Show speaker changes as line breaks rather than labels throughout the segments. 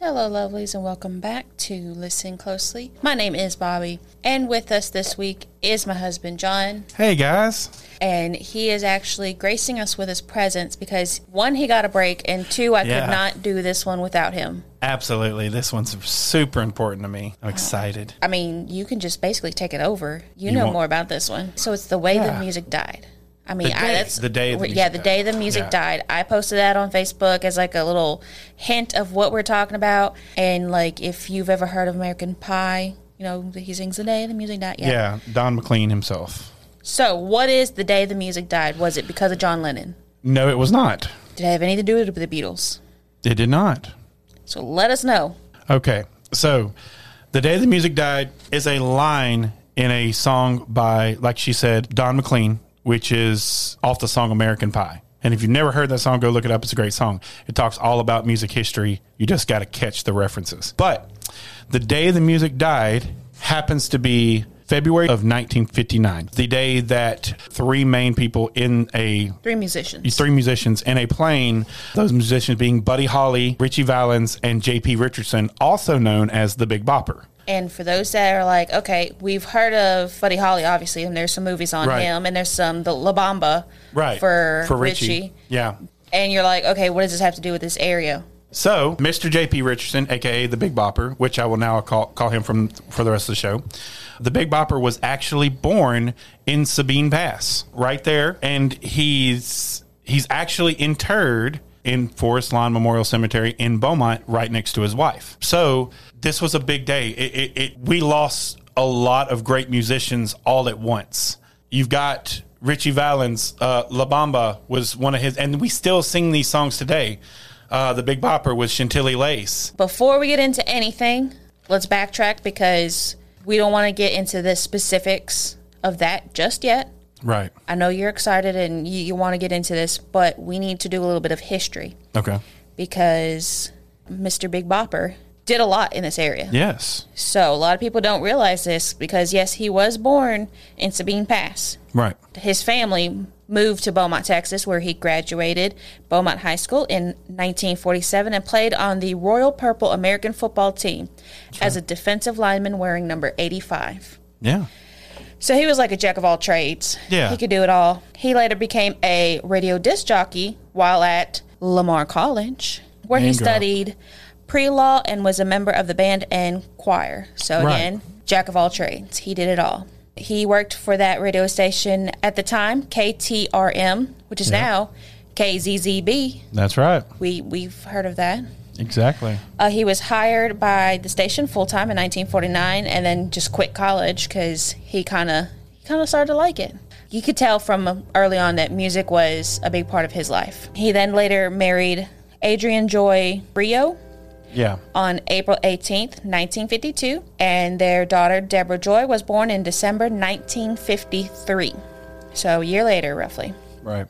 Hello, lovelies, and welcome back to Listen Closely. My name is Bobby, and with us this week is my husband, John,
Hey guys.
and he is actually gracing us with his presence because one, he got a break, and two, I
Yeah.
could not do this one without him.
Absolutely. This one's super important to me. I'm excited.
I mean, you can just basically take it over. You,
You
know
won't-
more about this one. So it's the way the
Yeah.
music died. I mean,
The
I,
day-
that's
the day the
yeah,
music
the
died.
day the music
Yeah.
died. I posted that on Facebook as like a little hint of what we're talking about, and like if you've ever heard of American Pie, you know he sings the day the music died. Yeah.
Yeah, Don McLean himself.
So what is the day the music died? Was it because of John Lennon?
No, it was not.
Did it have anything to do with the Beatles?
It did not.
So let us know.
Okay. So, The Day the Music Died is a line in a song by, like she said, Don McLean, which is off the song American Pie. And if you've never heard that song, go look it up. It's a great song. It talks all about music history. You just got to catch the references. But The Day the Music Died happens to be February of 1959, the day that three main people in a
Three musicians.
these three musicians in a plane. Those musicians being Buddy Holly, Richie Valens, and J.P. Richardson, also known as the Big Bopper.
And for those that are like, okay, we've heard of Buddy Holly, obviously, and there's some movies on
Right.
him, and there's some the La Bamba, for Richie.
Yeah.
and you're like, okay, what does this have to do with this area?
So, Mr. J.P. Richardson, aka the Big Bopper, which I will now call, call him from for the rest of the show, the Big Bopper was actually born in Sabine Pass, right there, and he's he's actually interred in Forest Lawn Memorial Cemetery in Beaumont, right next to his wife. So, this was a big day. It, it, it, we lost a lot of great musicians all at once. You've got Richie Valens, uh, La Bamba was one of his, and we still sing these songs today. Uh, the Big Bopper was Chantilly Lace.
Before we get into anything, let's backtrack because we don't want to get into the specifics of that just yet.
Right.
I know you're excited and you, you want to get into this, but we need to do a little bit of history
Okay.
because Mr. Big Bopper did a lot in this area.
Yes.
So a lot of people don't realize this because, yes, he was born in Sabine Pass.
Right.
his family moved to Beaumont, Texas, where he graduated Beaumont High School in 1947 and played on the Royal Purple American football team as a defensive lineman wearing number 85.
Yeah.
So he was like a jack of all trades.
Yeah.
He could do it all. He later became a radio disc jockey while at Lamar College, where he
Name drop.
studied pre law and was a member of the band and choir. So
Right.
again, jack of all trades. He did it all. He worked for that radio station at the time, KTRM, which is
Yeah.
now KZZB.
That's right.
We, we've heard of that.
Exactly.
Uh, he was hired by the station full time in 1949, and then just quit college because he kind of he kind of started to like it. You could tell from um, early on that music was a big part of his life. He then later married Adrian Joy Rio
Yeah.
on April 18th, 1952, and their daughter Deborah Joy was born in December 1953. So a year later, roughly.
Right.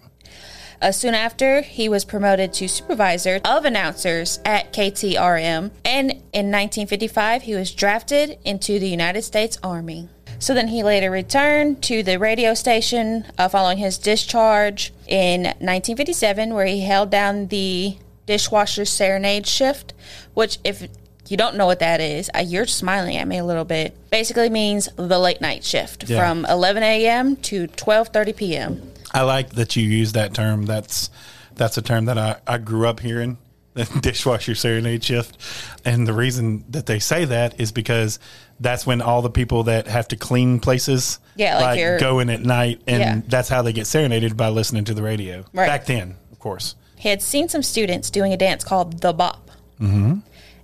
Uh, soon after, he was promoted to supervisor of announcers at KTRM, and in 1955, he was drafted into the United States Army. So then he later returned to the radio station uh, following his discharge in 1957, where he held down the dishwasher serenade shift, which, if you don't know what that is, uh, you're smiling at me a little bit. Basically means the late night shift
Yeah.
from 11 a.m. to 12:30 p.m.
I like that you use that term. That's that's a term that I, I grew up hearing. The dishwasher serenade shift. And the reason that they say that is because that's when all the people that have to clean places
Yeah, like your-
go in at night and
Yeah.
that's how they get serenaded by listening to the radio.
Right.
Back then, of course.
he had seen some students doing a dance called the bop mm-hmm.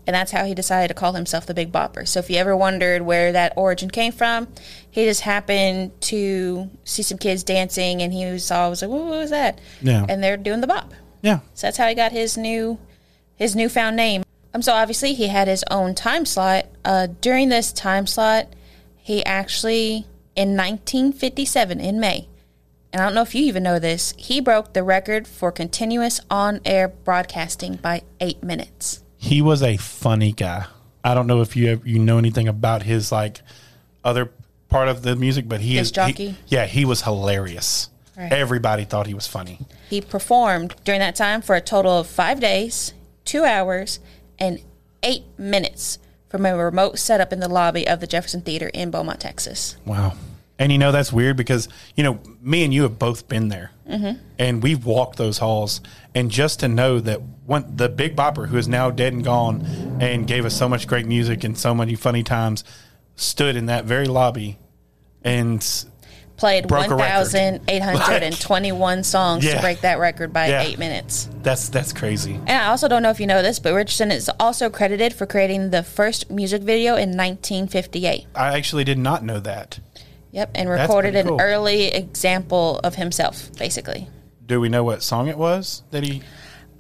and that's how he decided to call himself the big bopper so if you ever wondered where that origin came from he just happened to see some kids dancing and he saw was like "Whoa, what was that
Yeah.
and they're doing the bop
Yeah.
so that's how he got his new his newfound name. Um, so obviously he had his own time slot. Uh, during this time slot, he actually in 1957 in May, and I don't know if you even know this, he broke the record for continuous on-air broadcasting by eight minutes.
he was a funny guy. I don't know if you have, you know anything about his like other part of the music, but he
Disc
is he-
jockey?
yeah, he was hilarious.
Right.
Everybody thought he was funny.
He performed during that time for a total of five days, two hours, and eight minutes from a remote setup in the lobby of the Jefferson Theater in Beaumont, Texas.
Wow. And you know, that's weird because, you know, me and you have both been there
Mm-hmm.
and we've walked those halls. And just to know that one, the big bopper who is now dead and gone and gave us so much great music and so many funny times stood in that very lobby and
Played
Broke a record.
1,821 songs
Yeah.
to break that record by
Yeah.
eight minutes.
that's, that's crazy.
And I also don't know if you know this, but Richardson is also credited for creating the first music video in 1958.
I actually did not know that.
Yep, and recorded
pretty
an
cool.
early example of himself, basically.
Do we know what song it was that he?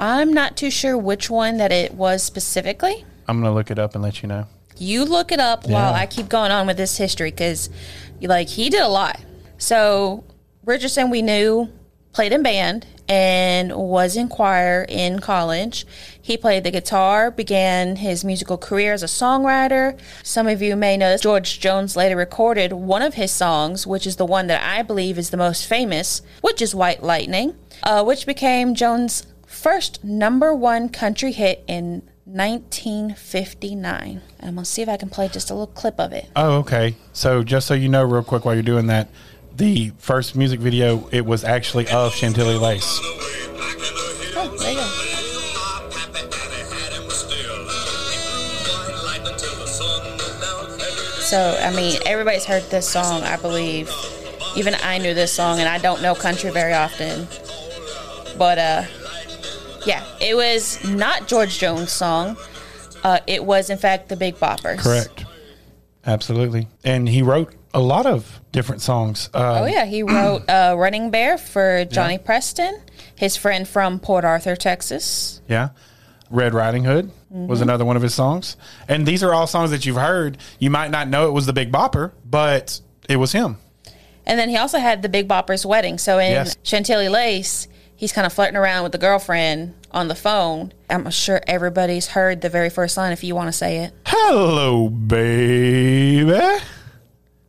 I'm not too sure which one that it was specifically.
I'm going to look it up and let you know.
You look it up while
Yeah.
I keep going on with this history because, like, he did a lot. So Richardson, we knew, played in band and was in choir in college. He played the guitar, began his musical career as a songwriter. Some of you may know this. George Jones later recorded one of his songs, which is the one that I believe is the most famous, which is White Lightning, uh, which became Jones' first number one country hit in 1959. And I'm going to see if I can play just a little clip of it.
Oh, okay. So just so you know, real quick, while you're doing that, the first music video it was actually of Chantilly Lace.
Oh, there you go. So, I mean, everybody's heard this song, I believe. Even I knew this song, and I don't know country very often. But, uh, yeah, it was not George Jones' song. Uh, it was, in fact, the Big Boppers.
Correct. Absolutely. And he wrote a lot of different songs. Uh,
Oh, yeah, he wrote uh, Running Bear for Johnny Preston, his friend from Port Arthur, Texas.
Yeah. Red Riding Hood was another one of his songs. And these are all songs that you've heard. You might not know it was the Big Bopper, but it was him.
And then he also had the Big Bopper's wedding. So in
Yes.
Chantilly Lace, he's kind of flirting around with the girlfriend on the phone. I'm sure everybody's heard the very first line if you want to say it.
Hello, baby.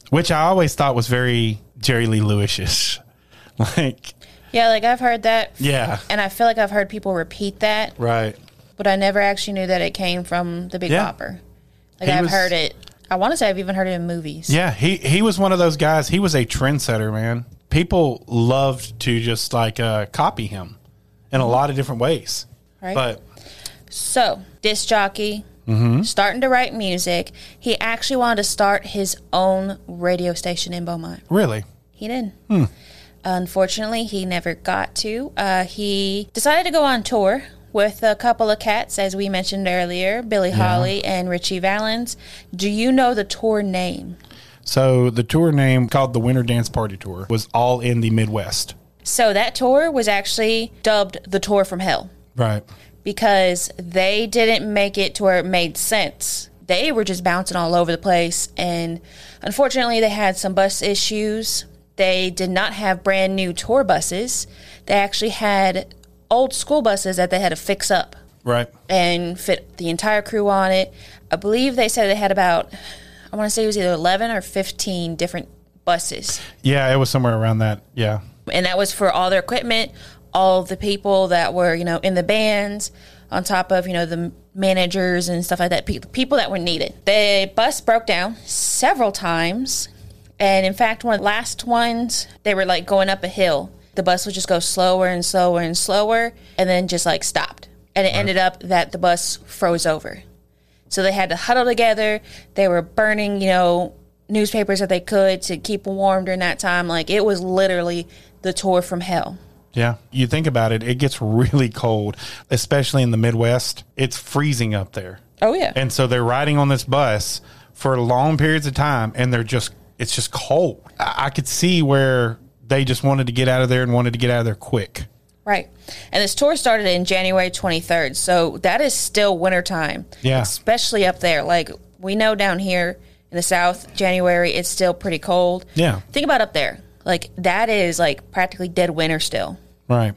Which I always thought was very Jerry Lee Lewisish. Like,
Yeah, like I've heard that.
yeah.
And I feel like I've heard people repeat that,
Right.
but I never actually knew that it came from the Big
Yeah.
Bopper. Like
He
I've
was-
heard it. I want to say I've even heard it in movies.
Yeah, he he was one of those guys. He was a trendsetter, man. People loved to just like uh, copy him in a lot of different ways.
Right.
But
So, disc jockey,
Mm-hmm.
starting to write music. He actually wanted to start his own radio station in Beaumont.
really,
He did.
Hmm.
Unfortunately, he never got to. Uh, he decided to go on tour with a couple of cats, as we mentioned earlier Billy Holly and Richie Valens. Do you know the tour name?
so the tour name called the Winter Dance Party Tour was all in the Midwest.
So that tour was actually dubbed the Tour from Hell
Right.
because they didn't make it to where it made sense. They were just bouncing all over the place, and unfortunately, they had some bus issues. They did not have brand new tour buses. They actually had old school buses that they had to fix up
Right.
and fit the entire crew on it. I believe they said they had about, I want to say it was either 11 or 15 different buses.
Yeah, it was somewhere around that. Yeah.
And that was for all their equipment, all the people that were, you know, in the bands, on top of, you know, the managers and stuff like that, pe- people that were needed. The bus broke down several times. And in fact, one of the last ones, they were like going up a hill. The bus would just go slower and slower and slower and then just like stopped. And it ended up that the bus froze over. So they had to huddle together. They were burning, you know, newspapers that they could to keep warm during that time. Like it was literally the tour from hell.
Yeah. You think about it, it gets really cold, especially in the Midwest. It's freezing up there.
Oh yeah.
And so they're riding on this bus for long periods of time and they're just, it's just cold. I, I could see where they just wanted to get out of there and wanted to get out of there quick.
right. And this tour started in January 23rd. So that is still wintertime.
Yeah.
Especially up there. Like we know down here in the south, January, it's still pretty cold.
Yeah.
Think about up there. Like that is like practically dead winter still.
Right.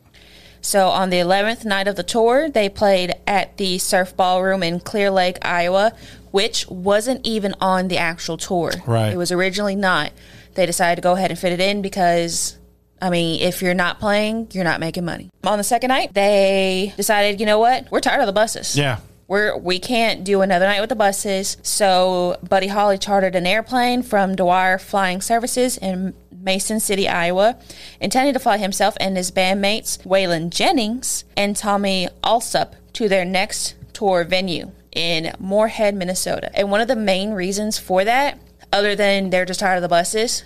So on the 11th night of the tour, they played at the Surf Ballroom in Clear Lake, Iowa, which wasn't even on the actual tour.
Right.
It was originally not. They decided to go ahead and fit it in because I mean, if you're not playing, you're not making money. On the second night, they decided, you know what? We're tired of the buses.
Yeah.
we're we can't do another night with the buses. So Buddy Holly chartered an airplane from Dwyer Flying Services in Mason City, Iowa, intending to fly himself and his bandmates Waylon Jennings and Tommy Alsop to their next tour venue in Moorhead, Minnesota. And one of the main reasons for that, other than they're just tired of the buses,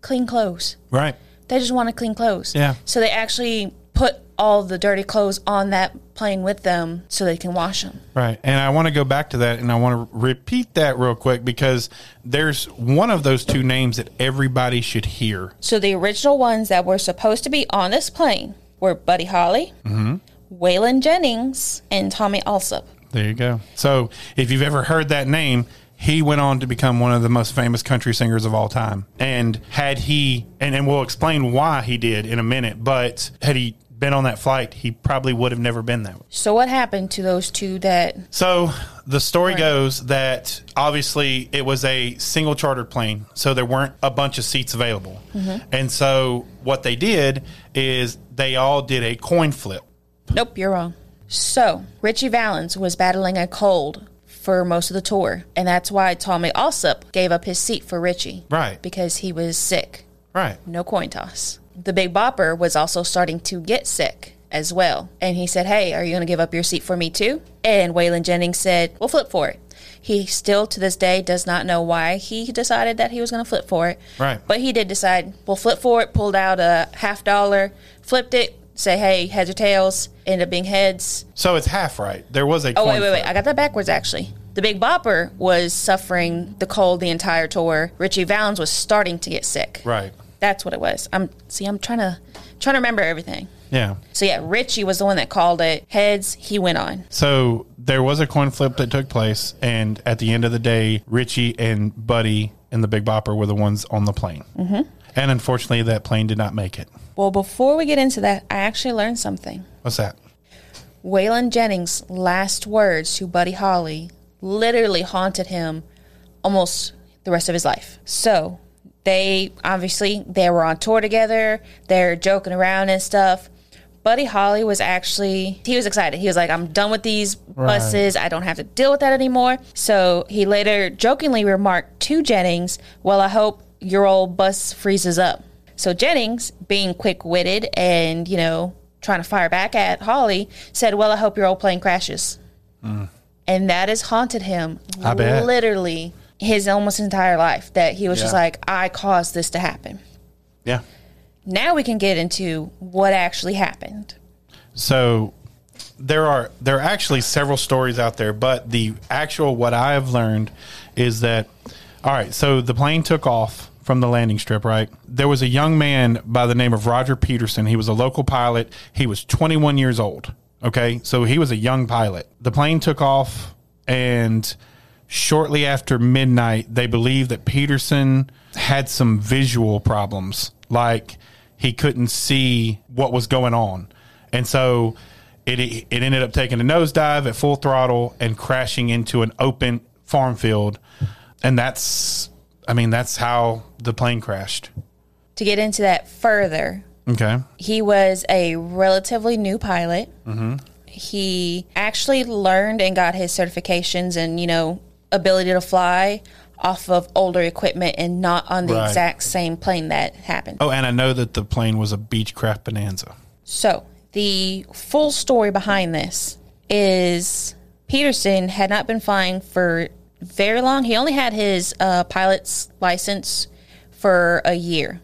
clean clothes.
Right.
They just want to clean clothes.
Yeah.
So they actually put all the dirty clothes on that plane with them so they can wash them.
Right. And I want to go back to that and I want to repeat that real quick because there's one of those two names that everybody should hear.
So the original ones that were supposed to be on this plane were Buddy Holly, Waylon Jennings, and Tommy Alsop.
There you go. So if you've ever heard that name, he went on to become one of the most famous country singers of all time. And had he, and, and we'll explain why he did in a minute, but had he been on that flight, he probably would have never been that.
So what happened to those two that
So the story goes that obviously it was a single chartered plane, so there weren't a bunch of seats available.
Mm-hmm.
And so what they did is they all did a coin flip.
Nope, you're wrong. So, Richie Valens was battling a cold for most of the tour, and that's why Tommy Alsop gave up his seat for Richie.
Right.
Because he was sick.
Right.
No coin toss. The Big Bopper was also starting to get sick as well, and he said, Hey, are you going to give up your seat for me too? And Waylon Jennings said, We'll flip for it. He still to this day does not know why he decided that he was going to flip for it.
Right.
But he did decide, we'll flip for it, pulled out a half dollar, flipped it, say, hey, heads or tails, ended up being heads.
So it's half right. There was a
Oh,
coin
wait, wait,
flip.
wait. I got that backwards, actually. The Big Bopper was suffering the cold the entire tour. Richie Valens was starting to get sick.
Right.
That's what it was. I'm see, I'm trying to trying to remember everything.
Yeah.
So yeah, Richie was the one that called it heads. He went on.
So there was a coin flip that took place, and at the end of the day, Richie and Buddy and the Big Bopper were the ones on the plane. Mm-hmm. And unfortunately, that plane did not make it.
Well, before we get into that, I actually learned something.
What's that?
Waylon Jennings' last words to Buddy Holly literally haunted him almost the rest of his life. So they obviously they were on tour together. They're joking around and stuff. Buddy Holly was actually he was excited. He was like, "I'm done with these buses. I don't have to deal with that anymore." So he later jokingly remarked to Jennings, "Well, I hope your old bus freezes up." So Jennings, being quick-witted and you know trying to fire back at Holly, said, "Well, I hope your old plane crashes." and that has haunted him
Mm. I bet.
literally his almost entire life that he was just
Yeah.
like i caused this to happen
Yeah.
now we can get into what actually happened
So there are there are actually several stories out there, but the actual what I have learned is that all right, so the plane took off from the landing strip, right? There was a young man by the name of Roger Peterson. He was a local pilot. He was 21 years old. Okay? So he was a young pilot. The plane took off and shortly after midnight, they believe that Peterson had some visual problems, like he couldn't see what was going on, and so it it ended up taking a nosedive at full throttle and crashing into an open farm field, and that's I mean that's how the plane crashed.
to get into that further
Okay,
he was a relatively new pilot
Mm-hmm.
he actually learned and got his certifications and you know ability to fly off of older equipment and not on the
Right.
exact same plane that happened
oh, and I know that the plane was a Beechcraft Bonanza.
So, the full story behind this is Peterson had not been flying for very long. He only had his uh, pilot's license for a year,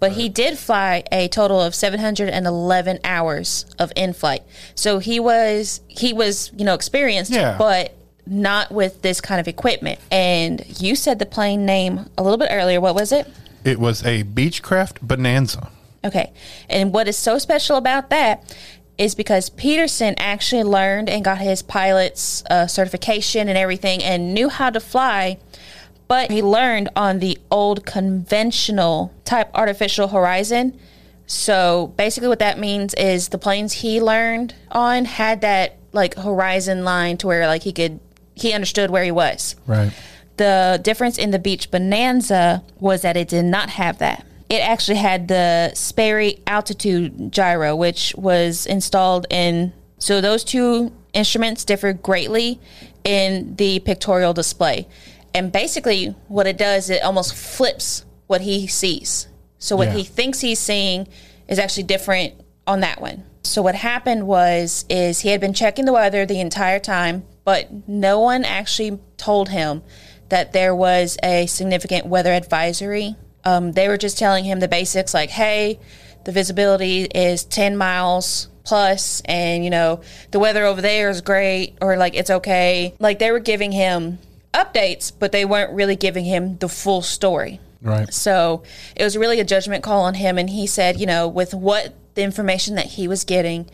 but he did fly a total of 711 hours of in flight. So he was he was you know experienced,
Yeah.
but not with this kind of equipment. And you said the plane name a little bit earlier. What was it?
It was a Beechcraft Bonanza.
Okay. And what is so special about that is because Peterson actually learned and got his pilot's uh, certification and everything and knew how to fly, but he learned on the old conventional type artificial horizon. So basically, what that means is the planes he learned on had that like horizon line to where like he could, he understood where he was.
Right.
The difference in the Beach Bonanza was that it did not have that. It actually had the Sperry altitude gyro, which was installed in. So those two instruments differ greatly in the pictorial display. And basically, what it does, it almost flips what he sees. So, what
Yeah.
he thinks he's seeing is actually different on that one. So, what happened was, is he had been checking the weather the entire time, but no one actually told him that there was a significant weather advisory. Um, they were just telling him the basics, like, hey, the visibility is 10 miles plus and you know the weather over there is great or like it's okay like they were giving him updates but they weren't really giving him the full story
Right.
so it was really a judgment call on him and he said you know with what the information that he was getting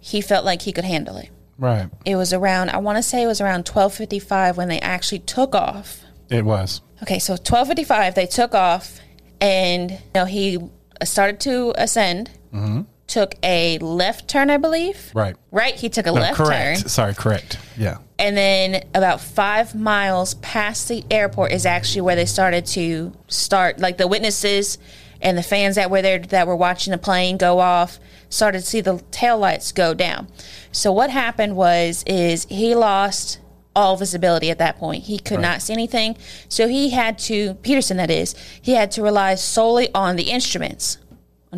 he felt like he could handle it
Right.
it was around i want to say it was around 1255 when they actually took off
It was.
Okay, so 1255, they took off, and you know, he started to ascend,
Mm-hmm.
took a left turn, I believe.
Right.
Right, he took a
No,
left
correct.
turn.
Sorry, correct. Yeah.
And then about five miles past the airport is actually where they started to start, like the witnesses and the fans that were there that were watching the plane go off started to see the taillights go down. So what happened was is he lost all visibility at that point. He could not see anything. So he had to Peterson that is, he had to rely solely on the instruments.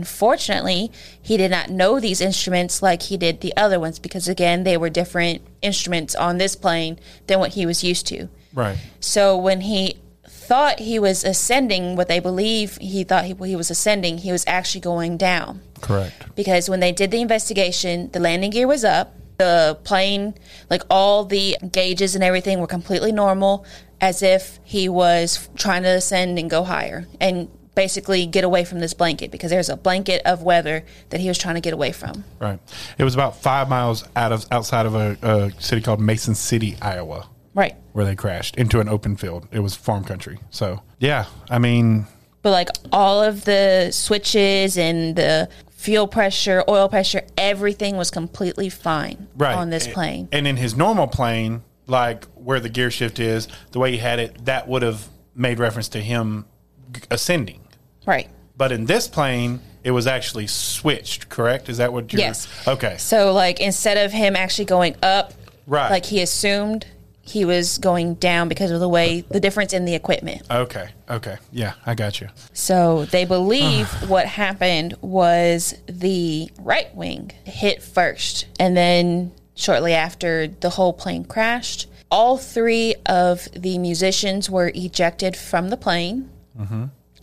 Unfortunately, he did not know these instruments like he did the other ones because, again, they were different instruments on this plane than what he was used to.
Right.
So when he thought he was ascending, what they believe he thought he, he was ascending, he was actually going down
Correct.
because when they did the investigation, the landing gear was up. The plane, like all the gauges and everything, were completely normal, as if he was trying to ascend and go higher and basically get away from this blanket because there's a blanket of weather that he was trying to get away from.
Right. It was about five miles out of outside of a, a city called Mason City, Iowa,
Right.
where they crashed into an open field. It was farm country. So yeah, I mean,
But like all of the switches and the fuel pressure, oil pressure, everything was completely fine
right
on this plane.
And in his normal plane, like where the gear shift is, the way he had it, that would have made reference to him g- ascending.
right.
But in this plane, it was actually switched. Correct? Is that what you're?
Yes.
Okay.
So like instead of him actually going up,
Right.
Like he assumed he was going down because of the way the difference in the equipment.
Okay. Okay. Yeah, I got you.
So they believe what happened was the right wing hit first, and then shortly after the whole plane crashed. All three of the musicians were ejected from the plane,
Mm-hmm.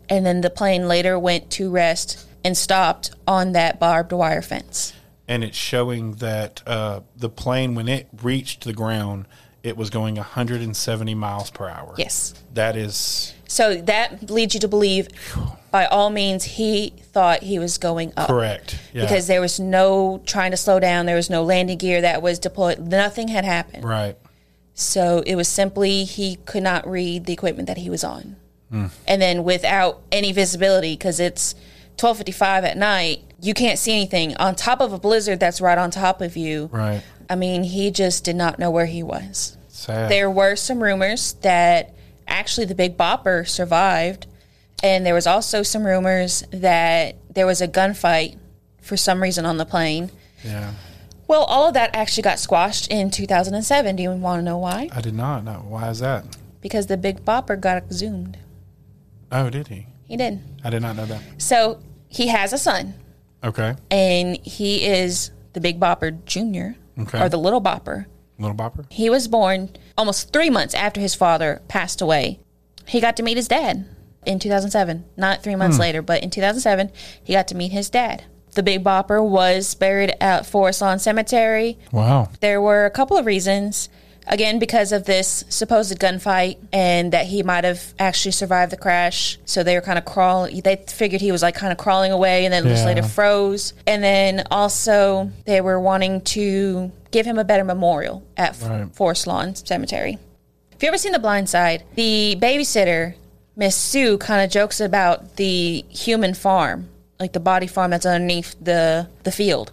and then the plane later went to rest and stopped on that barbed wire fence.
and it's showing that uh, the plane, when it reached the ground, it was going 170 miles per hour.
Yes.
That is
So that leads you to believe, by all means, he thought he was going up.
correct. Yeah.
Because there was no trying to slow down, there was no landing gear that was deployed. Nothing had happened.
right.
So it was simply he could not read the equipment that he was on.
Hmm.
And then without any visibility, because it's 12:55 at night, you can't see anything on top of a blizzard that's right on top of you.
Right.
I mean, he just did not know where he was
Sad.
there were some rumors that actually the Big Bopper survived, and there was also some rumors that there was a gunfight for some reason on the plane.
yeah.
Well, all of that actually got squashed in 2007. Do you want to know why?
I did not know. Why is that?
Because the Big Bopper got exhumed.
Oh, did he?
He did.
I did not know that.
So he has a son,
Okay.
and he is the Big Bopper Jr.
Okay.
or the Little Bopper.
Little Bopper.
He was born almost three months after his father passed away. He got to meet his dad in 2007, not three months later, but in 2007, he got to meet his dad. The Big Bopper was buried at Forest Lawn Cemetery.
Wow.
There were a couple of reasons. Again, because of this supposed gunfight and that he might have actually survived the crash. So they were kind of crawling. They figured he was like kind of crawling away and then just
Yeah.
later froze. And then also, they were wanting to give him a better memorial at F-
Right.
Forest Lawn Cemetery. If you ever seen The Blind Side, the babysitter, Miss Sue, kind of jokes about the human farm, like the body farm that's underneath the, the field.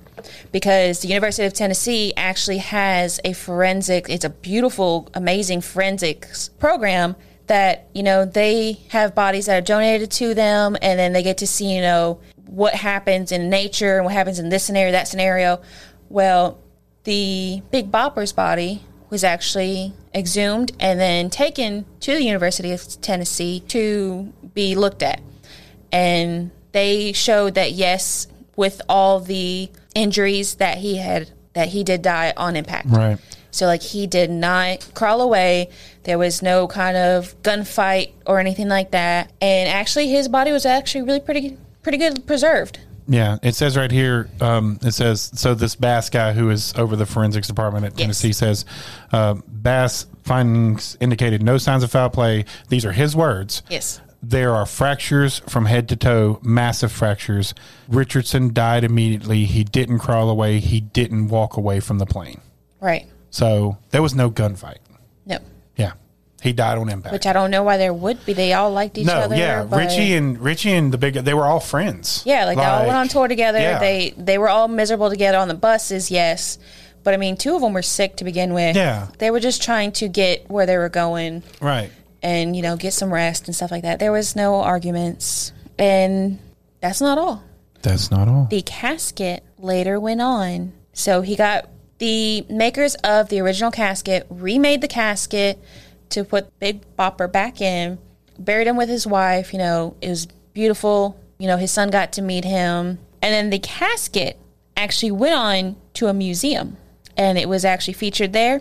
Because the University of Tennessee actually has a forensic, it's a beautiful, amazing forensics program that, you know, they have bodies that are donated to them and then they get to see, you know, what happens in nature and what happens in this scenario, that scenario. Well, the Big Bopper's body was actually exhumed and then taken to the University of Tennessee to be looked at. And they showed that yes, with all the injuries that he had that he did die on impact.
Right.
So like he did not crawl away. There was no kind of gunfight or anything like that. And actually his body was actually really pretty pretty good preserved.
Yeah, it says right here. Um, it says so. This Bass guy who is over the forensics department at Tennessee says uh, Bass findings indicated no signs of foul play. These are his words.
Yes.
There are fractures from head to toe, massive fractures. Richardson died immediately. He didn't crawl away. He didn't walk away from the plane.
Right.
So there was no gunfight.
No.
Yeah, he died on impact.
Which I don't know why there would be. They all liked each
no,
other.
yeah,
but-
Richie and Richie and the big they were all friends.
Yeah, like, they all went on tour together.
yeah.
They they were all miserable together on the buses, yes. But I mean, two of them were sick to begin with.
Yeah.
They were just trying to get where they were going
right.
and, you know, get some rest and stuff like that. There was no arguments. And that's not all.
That's not all.
The casket later went on. So he got the makers of the original casket remade the casket to put Big Bopper back in, buried him with his wife. You know, it was beautiful. You know, his son got to meet him. And then the casket actually went on to a museum and it was actually featured there.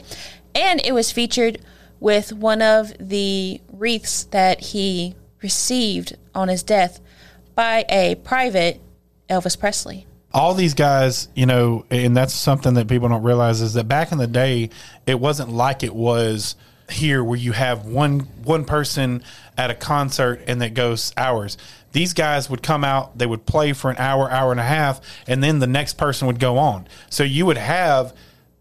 And it was featured with one of the wreaths that he received on his death by a private Elvis Presley.
all these guys, you know, and that's something that people don't realize is that back in the day, it wasn't like it was here where you have one one person at a concert and that goes hours. These guys would come out, they would play for an hour, hour and a half, and then the next person would go on. So you would have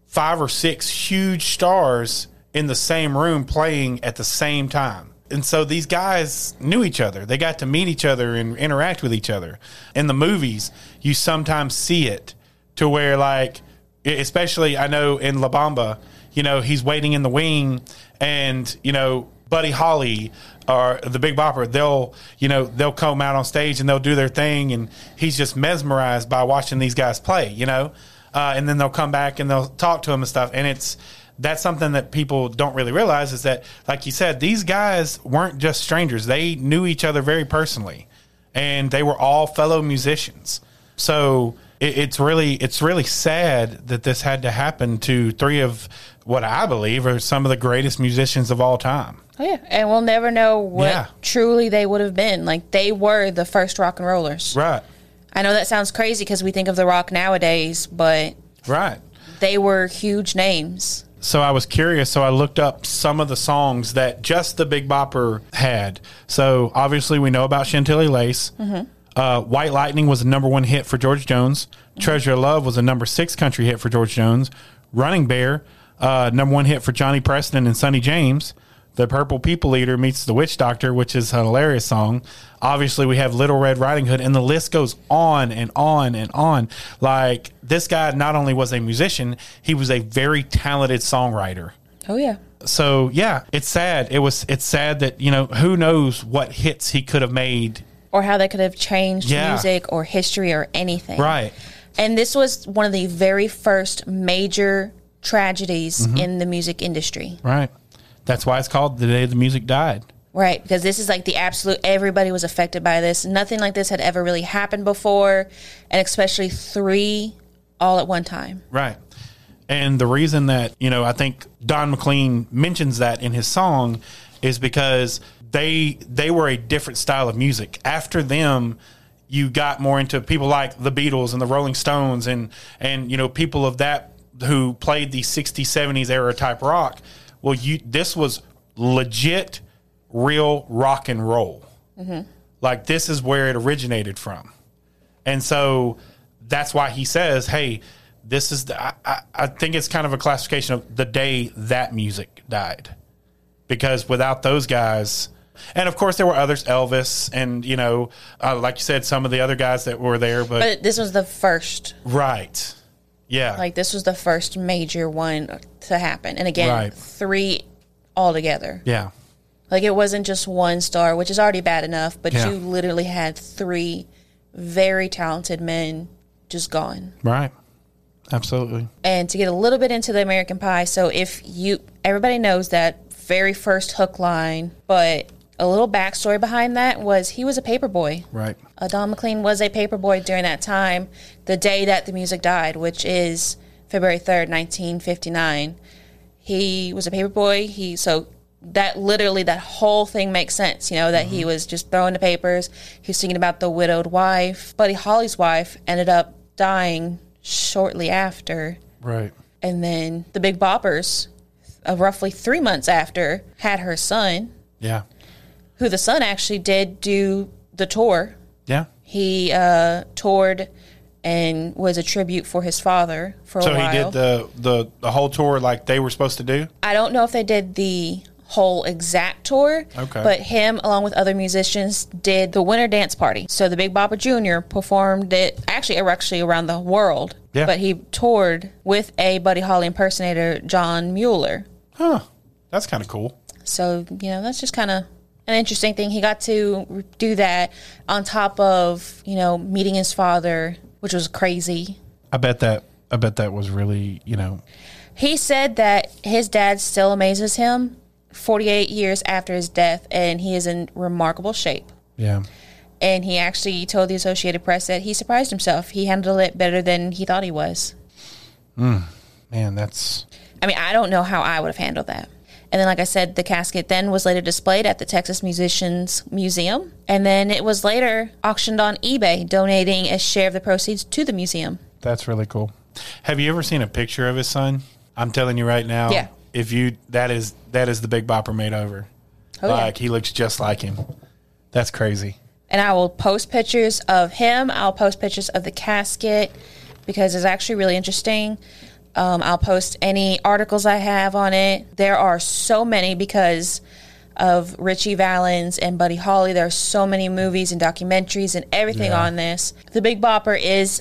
five or six huge stars in the same room playing at the same time. And so these guys knew each other. They got to meet each other and interact with each other. In the movies, you sometimes see it to where, like, e, especially I know in La Bamba, you know, he's waiting in the wing and, you know, Buddy Holly or the Big Bopper, they'll, you know, they'll come out on stage and they'll do their thing. And he's just mesmerized by watching these guys play, you know? uh, and then they'll come back and they'll talk to him and stuff. And it's that's something that people don't really realize is that, like you said, these guys weren't just strangers; they knew each other very personally, and they were all fellow musicians. So it, it's really it's really sad that this had to happen to three of what I believe are some of the greatest musicians of all time.
Oh, yeah. And we'll never know what
Yeah.
truly they would have been. Like, they were the first rock and rollers.
Right,
I know that sounds crazy because we think of the rock nowadays, but
right.
they were huge names.
So I was curious, so I looked up some of the songs that just the Big Bopper had. So obviously, we know about Chantilly Lace. Uh, White Lightning was a number one hit for George Jones. Treasure of Love was a number six country hit for George Jones. Running Bear, uh, number one hit for Johnny Preston and Sonny James. The Purple People Eater meets the Witch Doctor, which is a hilarious song. Obviously, we have Little Red Riding Hood, and the list goes on and on and on. Like this guy, not only was a musician, he was a very talented songwriter.
Oh, yeah.
So yeah, it's sad. It was it's sad that you know who knows what hits he could have made.
Or how they could have changed
Yeah.
music or history or anything.
Right.
And this was one of the very first major tragedies
Mm-hmm.
in the music industry.
Right. That's why it's called the day the music died.
Right, because this is like the absolute everybody was affected by this. Nothing like this had ever really happened before, and especially three all at one time.
Right. And the reason that, you know, I think Don McLean mentions that in his song is because they they were a different style of music. After them, you got more into people like the Beatles and the Rolling Stones and and you know, people of that who played the 60s 70s era type rock. Well, you this was legit real rock and roll. Like this is where it originated from. And so that's why he says, hey, this is the, I, I, I think it's kind of a classification of the day that music died. Because without those guys, and of course there were others, Elvis, and, you know, uh, like you said, some of the other guys that were there, but,
But this was the first,
right. Yeah.
like this was the first major one to happen, and again,
Right.
three all together.
yeah.
Like it wasn't just one star, which is already bad enough, but
Yeah.
you literally had three very talented men just gone.
Right. Absolutely.
and to get a little bit into the American Pie. So if you everybody knows that very first hook line, but a little backstory behind that was he was a paperboy.
Right.
Uh, Don McLean was a paperboy during that time, the day that the music died, which is February third, nineteen fifty nine. He was a paperboy. He so that literally that whole thing makes sense. You know that he was just throwing the papers. He was singing about the widowed wife. Buddy Holly's wife ended up dying shortly after
Right.
and then the Big Boppers, uh, roughly three months after, had her son,
Yeah.
who the son actually did do the tour.
Yeah.
He uh, toured and was a tribute for his father for a
So
while.
he did the, the the whole tour like they were supposed to do.
I don't know if they did the whole exact tour,
Okay.
but him along with other musicians did the winter dance party. So the Big Bopper Jr. performed it actually er, actually around the world.
Yeah.
But he toured with a Buddy Holly impersonator, John Mueller.
Huh. That's kind of cool.
So, you know, that's just kind of an interesting thing. He got to do that on top of, you know, meeting his father, which was crazy.
I bet that I bet that was really you know
He said that his dad still amazes him 48 years after his death, and he is in remarkable shape.
yeah
And he actually told the Associated Press that he surprised himself. He handled it better than he thought he was.
man that's
I mean, I don't know how I would have handled that. And then, like I said, the casket then was later displayed at the Texas Musicians Museum. And then it was later auctioned on eBay, donating a share of the proceeds to the museum.
that's really cool. Have you ever seen a picture of his son? I'm telling you right now.
Yeah.
If you that is that is the Big Bopper made over.
Oh, yeah.
like he looks just like him. That's crazy.
And I will post pictures of him. I'll post pictures of the casket because it's actually really interesting. Um, I'll post any articles I have on it. There are so many because of Richie Valens and Buddy Holly. There are so many movies and documentaries and everything
Yeah.
on this. The Big Bopper is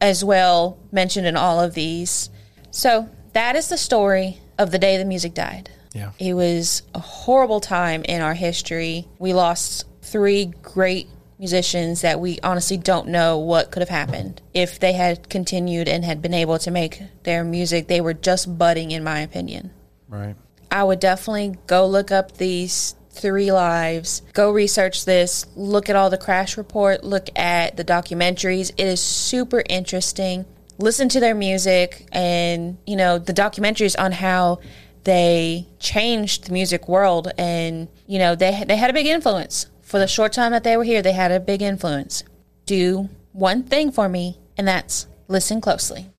as well mentioned in all of these. So that is the story of the day the music died.
Yeah.
It was a horrible time in our history. We lost three great musicians that we honestly don't know what could have happened if they had continued and had been able to make their music. They were just budding, in my opinion.
Right.
I would definitely go look up these three lives, go research this, look at all the crash report, look at the documentaries. It is super interesting. Listen to their music and, you know, the documentaries on how they changed the music world and, you know, they they had a big influence. For the short time that they were here, they had a big influence. Do one thing for me, and that's listen closely.